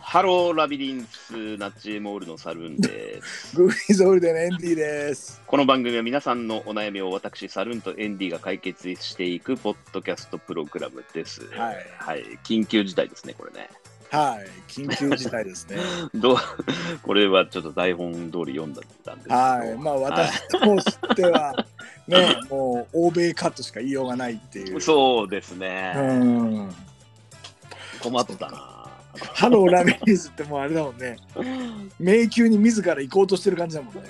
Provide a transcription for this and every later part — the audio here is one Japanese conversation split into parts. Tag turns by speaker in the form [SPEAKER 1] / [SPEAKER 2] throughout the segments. [SPEAKER 1] ハローラビリンスナッチエモールのサルーン です。
[SPEAKER 2] グリーンゾールデンエンディです。
[SPEAKER 1] この番組は皆さんのお悩みを私、サルーンとエンディが解決していくポッドキャストプログラムです。
[SPEAKER 2] はい
[SPEAKER 1] はい。緊急事態ですね、これね。
[SPEAKER 2] はい、緊急事態ですね。
[SPEAKER 1] どう これはちょっと台本通り読んだんですけど。
[SPEAKER 2] はい、まあ私としてはね、もう欧米カットしか言いようがないっていう。
[SPEAKER 1] そうです
[SPEAKER 2] う
[SPEAKER 1] ね。
[SPEAKER 2] ん。
[SPEAKER 1] 困ったな。
[SPEAKER 2] ハローラミリーズってもうあれだもんね。迷宮に自ら行こうとしてる感じだもんね。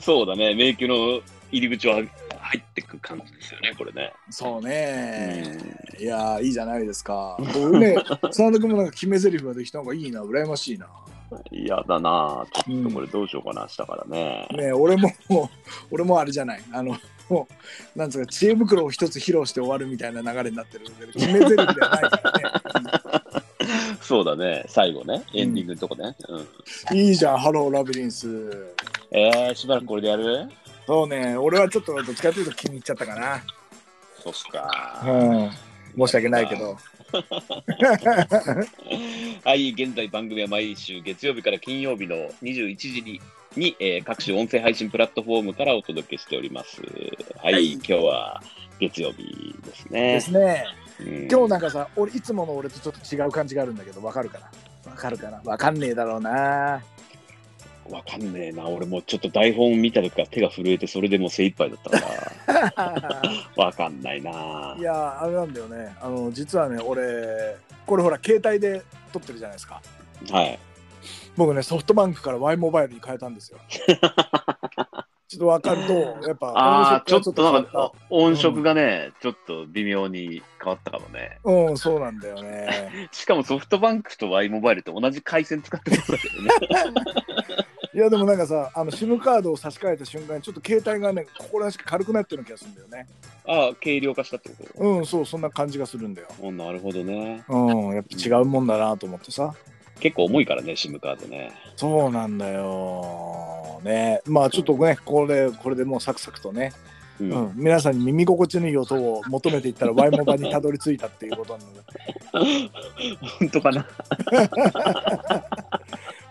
[SPEAKER 1] そうだね。迷宮の入り口は入ってく感じですよね、これね。
[SPEAKER 2] そうね。いやーいいじゃないですか。僕ね、サンド君もなんか決め台詞ができたのがいいな、羨ましいな。
[SPEAKER 1] 嫌だな。ちょっとこ
[SPEAKER 2] う
[SPEAKER 1] れどうしようかな、明日からね。
[SPEAKER 2] ね、俺ももう俺もあれじゃないあのもうなんつうか知恵袋を一つ披露して終わるみたいな流れになってるんで決め台詞ではない から
[SPEAKER 1] そうだね、最後ね、エンディングのとこね。うん
[SPEAKER 2] ねいいじゃんハローラビリンス
[SPEAKER 1] えー、しばらくこれでやる
[SPEAKER 2] そうね俺はちょっとどっちかというと気に入っちゃったかな
[SPEAKER 1] そっか。
[SPEAKER 2] うん申し訳ないけど
[SPEAKER 1] はい、現在番組は毎週月曜日から金曜日の21時に、にえー各種音声配信プラットフォームからお届けしております。はい、
[SPEAKER 2] はい
[SPEAKER 1] 今日は月曜日ですね。
[SPEAKER 2] ですね
[SPEAKER 1] うん
[SPEAKER 2] 今日なんかさ俺いつもの俺とちょっと違う感じがあるんだけどわかるかなわかるかなわかんねえだろう な。
[SPEAKER 1] わかんねえな、俺もうちょっと台本見た時から手が震えて、それでもう精一杯だったから、わかんないない
[SPEAKER 2] やあれなんだよねあの実はね俺これほら携帯で撮ってるじゃないですか
[SPEAKER 1] はい。
[SPEAKER 2] 僕ねソフトバンクから Y モバイルに変えた んですよちょっと分かるとやっぱ
[SPEAKER 1] ああ、ちょっとなん
[SPEAKER 2] 変わ
[SPEAKER 1] か
[SPEAKER 2] っ
[SPEAKER 1] 音色がね、ちょっと微妙に変わったかもね。
[SPEAKER 2] たうんそうなんだよね
[SPEAKER 1] しかもソフトバンクと Y モバイルと同じ回線使ってるんだけどね。
[SPEAKER 2] いやでもなんかさあの SIM カードを差し替えた瞬間にちょっと携帯がねここらしく軽くなってる気がするんだよね
[SPEAKER 1] ああ、軽量化したってこと
[SPEAKER 2] うんそうそんな感じがするんだよ
[SPEAKER 1] おなるほどね。
[SPEAKER 2] うんやっぱ違うもんだなと思ってさ
[SPEAKER 1] 結構重いからね、SIM カードね。
[SPEAKER 2] そうなんだよねまあちょっとねこれこれでもうサクサクとね
[SPEAKER 1] うん
[SPEAKER 2] うん、皆さんに耳心地のいい音を求めていったら Y モバにたどり着いたっていうことなので、
[SPEAKER 1] 本当かな。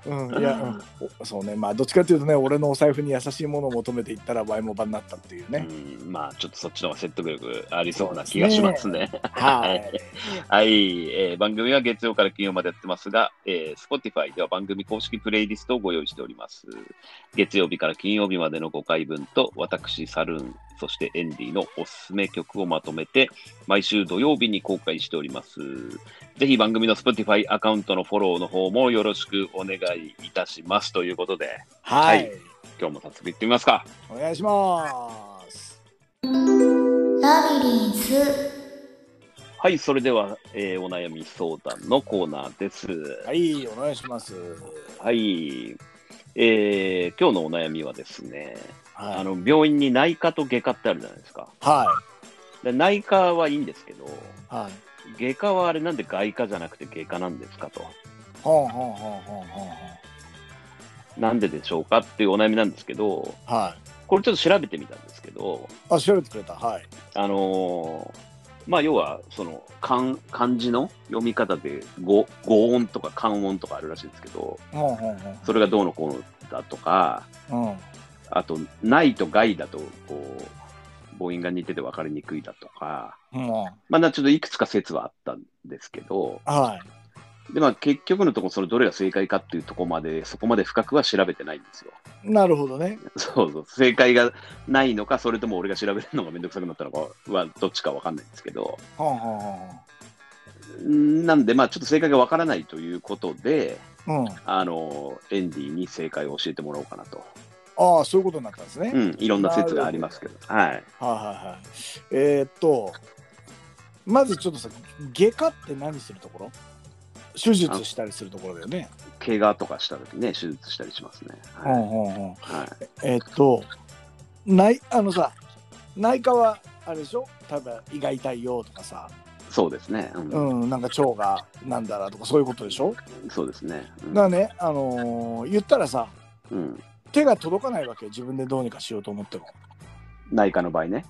[SPEAKER 2] うん、いや、うんおそうねまあどっちかというとね俺のお財布に優しいものを求めていったら Y モバになったっていう ね、
[SPEAKER 1] うん、まあ、ちょっとそっちの方が説得力ありそうな気がしますね。
[SPEAKER 2] はい
[SPEAKER 1] はい、えー番組は月曜から金曜までやってますが、えー Spotify では番組公式プレイリストをご用意しております。月曜日から金曜日までの5回分と、私、サルーン、そしてエンディのおすすめ曲をまとめて、毎週土曜日に公開しております。ぜひ番組の Spotify アカウントのフォローの方もよろしくお願いいたします。ということで、
[SPEAKER 2] はい、
[SPEAKER 1] はい今日も早速いってみますか。
[SPEAKER 2] お願いします
[SPEAKER 3] ラビリンス
[SPEAKER 1] はい、それでは、えーお悩み相談のコーナーです。
[SPEAKER 2] はいお願いします
[SPEAKER 1] はい、えー、今日のお悩みはですね、
[SPEAKER 2] は
[SPEAKER 1] あ
[SPEAKER 2] い
[SPEAKER 1] の病院に内科と外科ってあるじゃないですか
[SPEAKER 2] は
[SPEAKER 1] で内科はいいんですけど
[SPEAKER 2] いはい
[SPEAKER 1] 外科はあれなんで外科じゃなくて外科なんですかと
[SPEAKER 2] ほんほんほんほんほんほん
[SPEAKER 1] なんででしょうかっていうお悩みなんですけど
[SPEAKER 2] はい
[SPEAKER 1] これちょっと調べてみたんですけど
[SPEAKER 2] あ調べてくれたはい
[SPEAKER 1] あのーまあ要はその漢漢字の読み方で語語音とか漢音とかあるらしいんですけど
[SPEAKER 2] ほんほんほん
[SPEAKER 1] それがどうのこうのだとか
[SPEAKER 2] うん
[SPEAKER 1] あと、ないと害だと、こう、母音が似てて分かりにくいだとか、
[SPEAKER 2] うん
[SPEAKER 1] まあ、なちょっといくつか説はあったんですけど、
[SPEAKER 2] はい
[SPEAKER 1] で、まあ、結局のところ、そのどれが正解かっていうところまで、そこまで深くは調べてないんですよ。
[SPEAKER 2] なるほどね
[SPEAKER 1] そうそう、正解がないのか、それとも俺が調べるのがめんどくさくなったのかは、どっちか分かんないんですけど、
[SPEAKER 2] ほんほんほ
[SPEAKER 1] んなんで、まあ、ちょっと正解が分からないということで、
[SPEAKER 2] んほんうん
[SPEAKER 1] あの、エンディに正解を教えてもらおうかなと。
[SPEAKER 2] ああそういうことになったんですね、
[SPEAKER 1] うん、いろんな説がありますけど、はい。
[SPEAKER 2] はいはいはい。えーっと、まずちょっとさ、外科って何するところ手術したりするところだよね。
[SPEAKER 1] 怪我とかした時ね、手術したりしますね。はい
[SPEAKER 2] んうんうん。
[SPEAKER 1] はい、
[SPEAKER 2] えーっと、内、あのさ、内科はあれでしょ例えば胃が痛いよとかさ、
[SPEAKER 1] そうですね。うん
[SPEAKER 2] うん、なんか腸がなんだらとかそういうことでしょ
[SPEAKER 1] そうですね。うん
[SPEAKER 2] だからね、あのー言ったらさ、
[SPEAKER 1] うん
[SPEAKER 2] 手が届かないわけよ自分でどうにかしようと思っても。
[SPEAKER 1] 内科の場合ね。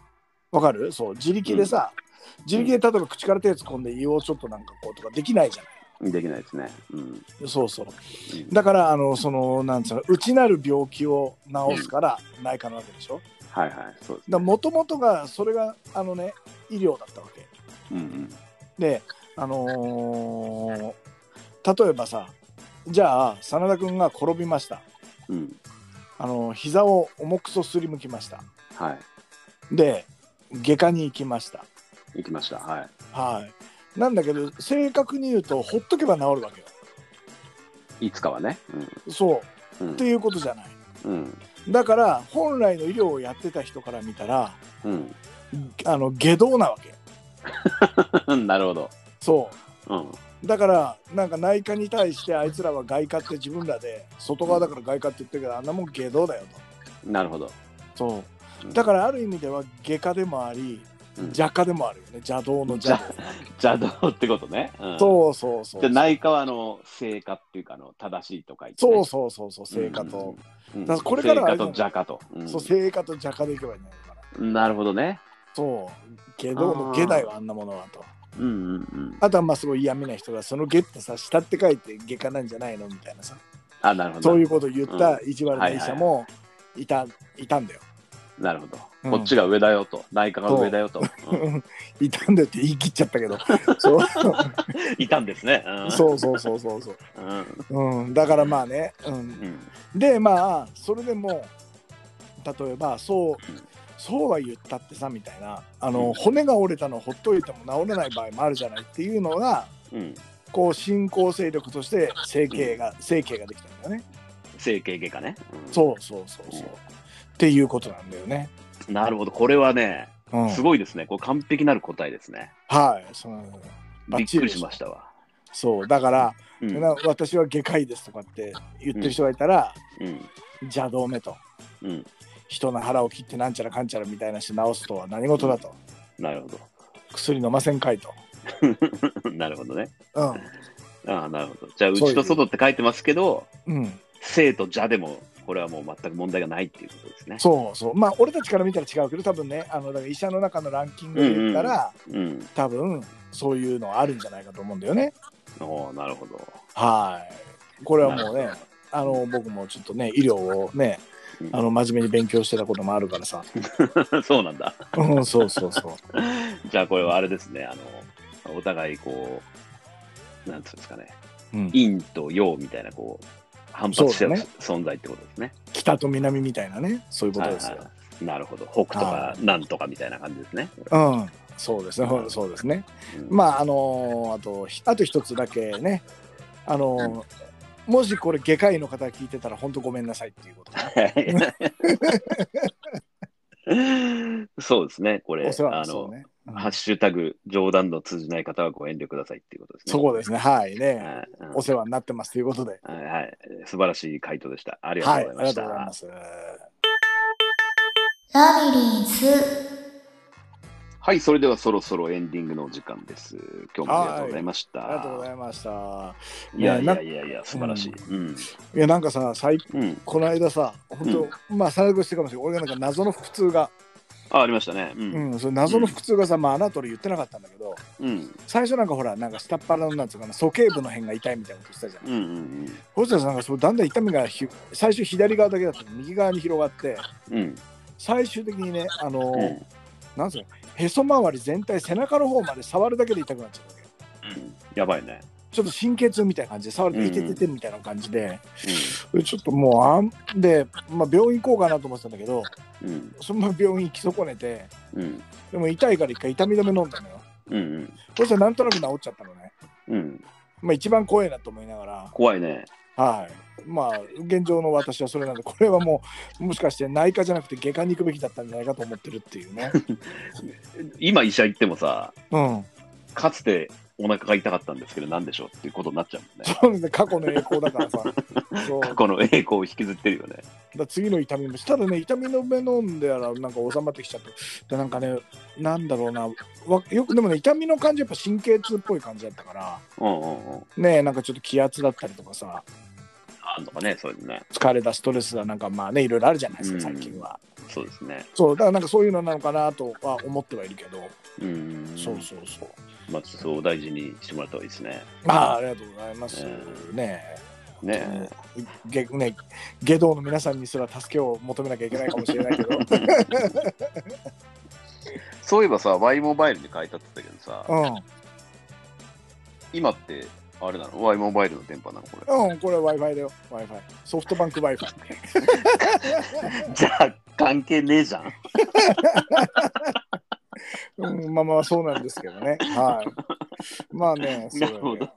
[SPEAKER 2] わかるそう、自力でさ、自力で例えば口から手突っ込んで胃をちょっとなんかこうとかできないじゃん
[SPEAKER 1] できないですね。うん。
[SPEAKER 2] そうそう
[SPEAKER 1] うん
[SPEAKER 2] だからあのそのなんつうの内なる病気を治すから内科なわけでしょだか
[SPEAKER 1] はいはい、そうです、ね。
[SPEAKER 2] ら元々がそれがあのね医療だったわけ
[SPEAKER 1] うんうん。
[SPEAKER 2] であのー例えばさじゃあ真田君が転びました
[SPEAKER 1] うん。
[SPEAKER 2] あの膝を重くそすりむきました
[SPEAKER 1] はい。
[SPEAKER 2] で外科に行きました
[SPEAKER 1] 行きました。はい。
[SPEAKER 2] はいなんだけど正確に言うとほっとけば治るわけよ
[SPEAKER 1] いつかはね。
[SPEAKER 2] そううんって。いうことじゃない
[SPEAKER 1] うん。
[SPEAKER 2] だから本来の医療をやってた人から見たら
[SPEAKER 1] うん。
[SPEAKER 2] あの下道なわけ
[SPEAKER 1] うん、 なるほど。
[SPEAKER 2] そ
[SPEAKER 1] うん。
[SPEAKER 2] うだからなんか内科に対してあいつらは外科って自分らで外側だから外科って言ってるけどあんなもん下道だよ
[SPEAKER 1] なるほど。
[SPEAKER 2] とそうだ
[SPEAKER 1] ら、
[SPEAKER 2] からある意味では外科でもあり
[SPEAKER 1] うん、
[SPEAKER 2] 邪科でもあるよね邪道の 邪道
[SPEAKER 1] 邪道ってことね。うん、
[SPEAKER 2] そうそうそう
[SPEAKER 1] じゃあ内科はあの正科っていうかあの正しいとか言ってね、
[SPEAKER 2] そうそうそうそう成果と、
[SPEAKER 1] うん。
[SPEAKER 2] だからこれからはあ
[SPEAKER 1] 正科と
[SPEAKER 2] れだよ
[SPEAKER 1] 邪科と。うん
[SPEAKER 2] そう成果と邪科でいけばいいんじゃないのかな
[SPEAKER 1] なるほどね。
[SPEAKER 2] そう下道の下だよあんなものはと
[SPEAKER 1] うんうんうん。
[SPEAKER 2] あとはまあすごい嫌味な人がその下ってさ下って書いて外科なんじゃないのみたいなさ
[SPEAKER 1] あ、なるほど。
[SPEAKER 2] そういうことを言った意地悪な医者もいた,、いたんだよ。
[SPEAKER 1] なるほど、
[SPEAKER 2] うん
[SPEAKER 1] こっちが上だよと、内科が上だよと。うん
[SPEAKER 2] いたんだよって言い切っちゃったけど。そう
[SPEAKER 1] いたんですね。うん
[SPEAKER 2] そうそうそうそうそう。
[SPEAKER 1] うん
[SPEAKER 2] うん、だからまあね。う、
[SPEAKER 1] うんん
[SPEAKER 2] でまあそれでも例えば
[SPEAKER 1] う
[SPEAKER 2] そう
[SPEAKER 1] ん
[SPEAKER 2] そうは言ったってさみたいなあ
[SPEAKER 1] う
[SPEAKER 2] の
[SPEAKER 1] ん
[SPEAKER 2] 骨が折れたのほっといても治らない場合もあるじゃないっていうのが
[SPEAKER 1] うん。
[SPEAKER 2] こう進行勢力として整形が整形ができたんだよね。
[SPEAKER 1] 整形外科ね、うん
[SPEAKER 2] そうそうそうそう。っていうことなんだよね。
[SPEAKER 1] なるほど。これはね、
[SPEAKER 2] うん、
[SPEAKER 1] すごいですね。これ完璧なる答えですね。
[SPEAKER 2] はい。そのバ
[SPEAKER 1] び
[SPEAKER 2] ッ
[SPEAKER 1] っ
[SPEAKER 2] チ
[SPEAKER 1] くり
[SPEAKER 2] リです
[SPEAKER 1] しましたわ。
[SPEAKER 2] そうだから、
[SPEAKER 1] うん
[SPEAKER 2] な私は外科医ですとかって言ってる人がいたら、
[SPEAKER 1] うん
[SPEAKER 2] 邪道めと
[SPEAKER 1] うん、
[SPEAKER 2] 人の腹を切ってなんちゃらかんちゃらみたいなして治すとは何事だと
[SPEAKER 1] なるほ
[SPEAKER 2] 薬飲ませんかいと、
[SPEAKER 1] ど。 なるほどね。
[SPEAKER 2] う
[SPEAKER 1] ああ、なるほど。じゃあ、う
[SPEAKER 2] そうい
[SPEAKER 1] ち
[SPEAKER 2] う
[SPEAKER 1] と外って書いてますけど、
[SPEAKER 2] んうん、
[SPEAKER 1] 生と邪でも、これはもう全く問題がないっていうことですね。
[SPEAKER 2] そうそうまあ俺たちから見たら違うけど多分ねあのだから医者の中のランキングで言ったら、
[SPEAKER 1] うん。
[SPEAKER 2] 多分そういうのあるんじゃないかと思うんだよね
[SPEAKER 1] おおなるほど。
[SPEAKER 2] はいこれはもう
[SPEAKER 1] な
[SPEAKER 2] ね
[SPEAKER 1] るほ
[SPEAKER 2] あの僕もちょっとね医療をね
[SPEAKER 1] うん
[SPEAKER 2] あの真面目に勉強してたこともあるからさ、
[SPEAKER 1] ど そうなんだ。
[SPEAKER 2] うん、そうそうそう
[SPEAKER 1] じゃあ、これはあれですね。あの、お互いこう、なんつうんですかね。
[SPEAKER 2] うん
[SPEAKER 1] 陰と陽みたいな、こう、反発して
[SPEAKER 2] そうだ
[SPEAKER 1] る
[SPEAKER 2] ね
[SPEAKER 1] 存在ってことですね。
[SPEAKER 2] 北と南みたいなねそういうこと
[SPEAKER 1] はい
[SPEAKER 2] ですよ、
[SPEAKER 1] はいなるほど。北とか
[SPEAKER 2] は
[SPEAKER 1] 南とかみたいな感じですね。
[SPEAKER 2] うんそうですねほんそうですね
[SPEAKER 1] うん
[SPEAKER 2] まああのーあとひあと一つだけねあのーもしこれ外科医の方が聞いてたら本当ごめんなさいっていうことね、
[SPEAKER 1] そうですね、これ、
[SPEAKER 2] お世
[SPEAKER 1] あ
[SPEAKER 2] 話にそ
[SPEAKER 1] の、
[SPEAKER 2] うね、うん
[SPEAKER 1] ハッシュタグ、冗談の通じない方はご遠慮くださいっていうことですね。
[SPEAKER 2] そこですねはいね
[SPEAKER 1] はいうん
[SPEAKER 2] お世話になってますということで
[SPEAKER 1] はいはい、素晴らしい回答でした。ありが
[SPEAKER 2] はい
[SPEAKER 1] とう
[SPEAKER 2] あ
[SPEAKER 1] ご
[SPEAKER 2] り
[SPEAKER 1] ざいま
[SPEAKER 2] が
[SPEAKER 1] した。
[SPEAKER 2] とうございます
[SPEAKER 3] ラビリンス
[SPEAKER 1] はい、それではそろそろエンディングのお時間です。今日もありがとうございました。
[SPEAKER 2] ありがとうございました
[SPEAKER 1] いや
[SPEAKER 2] ね
[SPEAKER 1] い
[SPEAKER 2] な
[SPEAKER 1] やいやいや、素晴らしい。うん。
[SPEAKER 2] いやなんかさ最
[SPEAKER 1] うん。
[SPEAKER 2] この間さ本当、まあ最後してるかもしれない俺がなんか謎の腹痛が、
[SPEAKER 1] あ、ありましたね。う。
[SPEAKER 2] うんん、それ謎の腹痛がさ、まあ、あなた俺言ってなかったんだけど
[SPEAKER 1] うん。
[SPEAKER 2] 最初なんかほらなんか下っ腹のなんつうかな鼠径部の辺が痛いみたいなことしたじゃん
[SPEAKER 1] うん。うん。
[SPEAKER 2] そしたらなんかそうだんだん痛みがひ最初左側だけだったの右側に広がって
[SPEAKER 1] うん。
[SPEAKER 2] 最終的にねあのー、
[SPEAKER 1] うん。
[SPEAKER 2] なんすかへそ周り全体背中の方まで触るだけで痛くなっちゃうわけ
[SPEAKER 1] うんやばいね。
[SPEAKER 2] ちょっと神経痛みたいな感じで触ると
[SPEAKER 1] うん
[SPEAKER 2] いてててみたいな感じで、ちょっともうあんで、まあ、病院行こうかなと思ってたんだけど
[SPEAKER 1] うん。うん。
[SPEAKER 2] そのまま病院行き損ねて
[SPEAKER 1] うん。
[SPEAKER 2] でも痛いから一回痛み止め飲んだのよ
[SPEAKER 1] うん。
[SPEAKER 2] そしたらなんとなく治っちゃったのね
[SPEAKER 1] うん。
[SPEAKER 2] まあ一番怖いなと思いながら
[SPEAKER 1] 怖いね。
[SPEAKER 2] はい。まあ、現状の私はそれなんで、これはもう、もしかして内科じゃなくて外科に行くべきだったんじゃないかと思ってるっていう ね。
[SPEAKER 1] 今医者行ってもさ、
[SPEAKER 2] うん。
[SPEAKER 1] かつてお腹が痛かったんですけど、なんでしょうっていうことになっちゃうもんね。
[SPEAKER 2] そうですね、過去の栄光だからさ。そう。だ
[SPEAKER 1] 過
[SPEAKER 2] か
[SPEAKER 1] 去の栄光を引きずってるよね。
[SPEAKER 2] ら次の痛みも、ただね、痛みの目飲んでやら、なんか収まってきちゃって、でなんかね、なんだろうな、わよく、でもね、痛みの感じ、やっぱ神経痛っぽい感じだったから、
[SPEAKER 1] うんうんうん。
[SPEAKER 2] ね、なんかちょっと気圧だったりとかさ、
[SPEAKER 1] あんのかね、そういうのね。
[SPEAKER 2] 疲れたストレスだ、なんかまあね、いろいろあるじゃないですか、最近は。
[SPEAKER 1] そうですね。
[SPEAKER 2] そう、だからなんかそういうのなのかなとは思ってはいるけど、
[SPEAKER 1] うん。
[SPEAKER 2] そうそうそう。
[SPEAKER 1] まあ、ちょっとお大事にしてもらった方がいいですね。
[SPEAKER 2] ああ、ありがとうございます。ね
[SPEAKER 1] ね
[SPEAKER 2] え、げね下道の皆さんにすら助けを求めなきゃいけないかもしれないけど。
[SPEAKER 1] えそういえばさ、Y モバイルに変えたって言ったけどさ、
[SPEAKER 2] う
[SPEAKER 1] 今って、あれなの ?Y モバイルの電波なのこれ。
[SPEAKER 2] ん、うん、これ Wi-Fi だよ。Wi-Fi。ソフトバンク Wi-Fi。
[SPEAKER 1] じゃあ、関係ねえじゃん。
[SPEAKER 2] うん、まあまあそうなんですけどね。はい。まあね、そう
[SPEAKER 1] な
[SPEAKER 2] だ
[SPEAKER 1] るほど
[SPEAKER 2] ね。。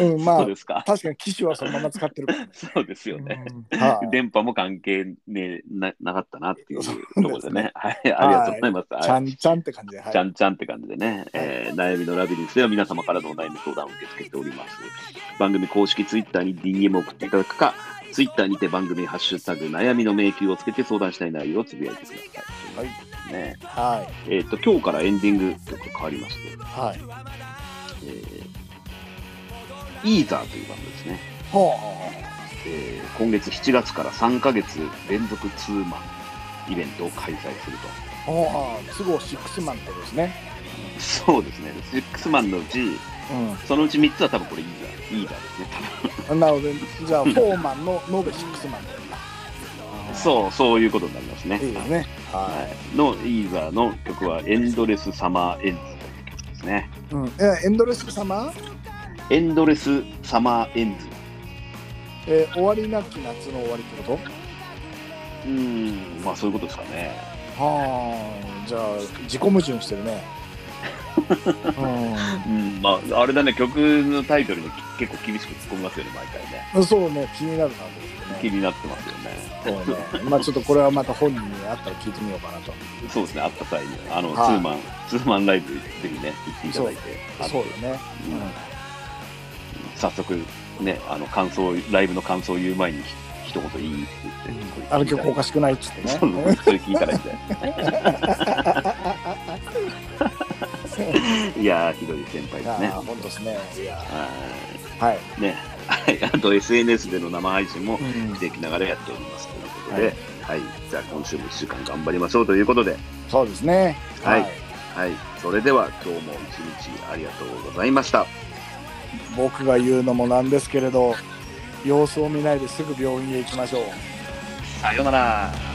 [SPEAKER 2] うん、ま
[SPEAKER 1] そ
[SPEAKER 2] あ
[SPEAKER 1] うですか。
[SPEAKER 2] 確かに機種はそのまま使ってるからね。
[SPEAKER 1] そうですよね。
[SPEAKER 2] うんはい
[SPEAKER 1] 電波も関係ねえななかったなっていうところでね。はい、ありがとうございます。
[SPEAKER 2] ち
[SPEAKER 1] は
[SPEAKER 2] ゃ
[SPEAKER 1] い
[SPEAKER 2] んちゃんって感じで。はい
[SPEAKER 1] ちゃんちゃんって感じでね、えー悩みのラビリンスでは皆様からのお悩み相談を受け付けております。番組公式ツイッターに DM を送っていただくか、ツイッターにて番組ハッシュタグ悩みの迷宮をつけて相談したい内容をつぶやいてください。はい。ね、
[SPEAKER 2] はい。
[SPEAKER 1] えっ、と、今日からエンディング曲変わりまして、
[SPEAKER 2] はい。
[SPEAKER 1] えー、イーザーというバンドですね。
[SPEAKER 2] ほ
[SPEAKER 1] えー今月7月から3ヶ月連続ツーマンイベントを開催すると。
[SPEAKER 2] うほう。ほう。都合シックスマンってことですね。
[SPEAKER 1] そうですね、シックスマンのうち、そのうち3つは多分これイーザー、イーザーですね、
[SPEAKER 2] うん。なので、じゃあ、フォーマンの延べシックスマンだよ
[SPEAKER 1] 多
[SPEAKER 2] な
[SPEAKER 1] 分。そう、そういうことになりますね。
[SPEAKER 2] いいですね。は
[SPEAKER 1] はい、のイーザーの曲は、エンドレスサマーエンズという曲ですね。
[SPEAKER 2] い。うん。えエンドレス様、
[SPEAKER 1] エンドレスサマーエンズ。
[SPEAKER 2] えー終わりなき夏の終わりってこと
[SPEAKER 1] うーん、まあそういうことですかね。
[SPEAKER 2] はあ、じゃあ、自己矛盾してるね。うん
[SPEAKER 1] うん、まあ、あれだね、曲のタイトルも結構厳しく突っ込みますよね、毎回ね。
[SPEAKER 2] そうね、気になる感
[SPEAKER 1] 気
[SPEAKER 2] じで
[SPEAKER 1] になってますよね。
[SPEAKER 2] すね。そうね。まあちょっとこれはまた本人に会ったら聞いてみようかなと。
[SPEAKER 1] そうですね、あった際に、あの、
[SPEAKER 2] はい
[SPEAKER 1] ツーマン、ツーマンライブ、ぜひね、行っていただいて。あの
[SPEAKER 2] そうだね。
[SPEAKER 1] うん早速、ね、あの、感想、ライブの感想を言う前に、ひ一言いいって言って、
[SPEAKER 2] あの曲おかしくないっつって
[SPEAKER 1] そ
[SPEAKER 2] ね。
[SPEAKER 1] うそれ聞いたらいいんじゃない です か。いやー、ひどい先輩
[SPEAKER 2] い
[SPEAKER 1] で
[SPEAKER 2] や
[SPEAKER 1] す
[SPEAKER 2] ー、
[SPEAKER 1] ね。
[SPEAKER 2] 本当ですね。いや
[SPEAKER 1] は
[SPEAKER 2] ーはい。
[SPEAKER 1] いね、はい、 あと SNS での生配信も
[SPEAKER 2] う、ん
[SPEAKER 1] 不定期ながらやっておりますということで、
[SPEAKER 2] は
[SPEAKER 1] はい、じゃあ今週も1週間頑張りましょうということで、
[SPEAKER 2] そうですね。
[SPEAKER 1] はいはい、それでは今日も一日ありがとうございました。
[SPEAKER 2] 僕が言うのもなんですけれど、様子を見ないですぐ病院へ行きましょう。
[SPEAKER 1] さようなら。